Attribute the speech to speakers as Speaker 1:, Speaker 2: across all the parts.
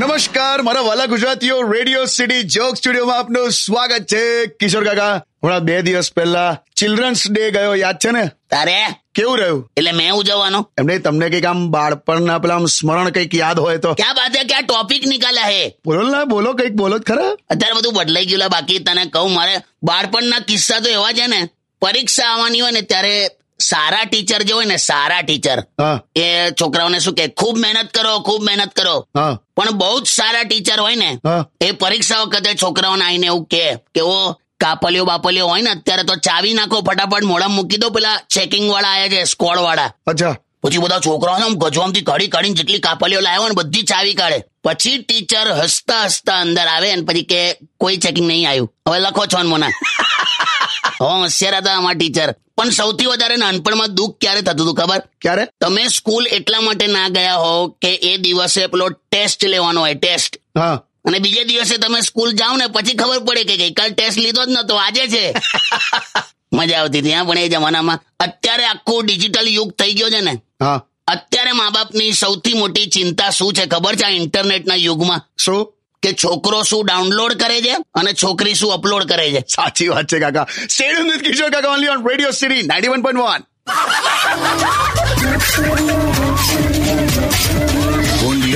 Speaker 1: નમસ્કાર મારા વાલા ગુજરાતીઓ રેડિયો સિટી જોક સ્ટુડિયોમાં આપનું સ્વાગત છે કિશોર કાકા હમણાં બે દિવસ પહેલા ચિલ્ડ્રન્સ ડે ગયો યાદ છે ને
Speaker 2: તારે
Speaker 1: કેવું રહ્યું
Speaker 2: એટલે મેં ઉજવવાનો
Speaker 1: એમને તમને કંઈક આમ બાળપણના પેલા આમ સ્મરણ કંઈક યાદ હોય તો
Speaker 2: ક્યાં બાત હે ક્યાં ટોપિક નિકાલા હે
Speaker 1: બોલો ને બોલો કંઈક બોલો જ ખરા
Speaker 2: અત્યારે બધું બદલાઈ ગયું લા. બાકી તને કહું મારે બાળપણના કિસ્સા તો એવા છે ને પરીક્ષા આવવાની હોય ને ત્યારે સારા ટીચર જે હોય ને સારા ટીચર
Speaker 1: હા
Speaker 2: એ છોકરાઓને શું કે ખૂબ મહેનત કરો ખૂબ મહેનત કરો
Speaker 1: હા
Speaker 2: પણ બહુ જ સારા ટીચર હોય ને
Speaker 1: હા
Speaker 2: એ પરીક્ષા વખતે છોકરાઓને આઈને એવું કે કે ઓ કાપલીઓ બાપલીઓ હોય ને અત્યારે તો ચાવી નાખો ફટાફટ મોઢા મૂકી દો પેલા ચેકિંગ વાળા આયા છે સ્કોડ વાળા
Speaker 1: અચ્છા
Speaker 2: પછી બધા છોકરાઓને આમ ગજવામથી કાઢી કાઢીને જેટલી કાપલીઓ લાવ્યો ને બધી ચાવી કાઢે પછી ટીચર હસતા હસતા અંદર આવે અને પછી કે કોઈ ચેકિંગ નહીં આવ્યું હવે લખો છો ને મોના હો હોશિયાર હતા અમારા ટીચર પણ સૌથી વધારે નાનપણમાં દુઃખ ક્યારે થતું હતું ખબર
Speaker 1: ક્યારે
Speaker 2: તમે સ્કૂલ એટલા માટે ના ગયા હો કે એ દિવસે પેલો ટેસ્ટ લેવાનો હોય ટેસ્ટ
Speaker 1: હા
Speaker 2: અને બીજે દિવસે તમે સ્કૂલ જાઓ ને પછી ખબર પડે કે ગઈકાલ ટેસ્ટ લીધો જ નતો આજે છે મજા આવતી હતી હા પણ એ જમાનામાં અત્યારે આખું ડિજિટલ યુગ થઈ ગયો છે ને
Speaker 1: હા
Speaker 2: અત્યારે મા બાપની સૌથી મોટી ચિંતા શું છે ખબર છે આ ઇન્ટરનેટના યુગમાં
Speaker 1: શું
Speaker 2: કે છોકરો શું ડાઉનલોડ કરે છે અને છોકરી શું અપલોડ કરે છે
Speaker 1: સાચી વાત છે કાકા સ્ટેડિયમ વિથ કિશોર કાકા only on radio city ninety one point one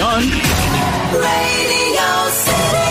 Speaker 3: Radio City.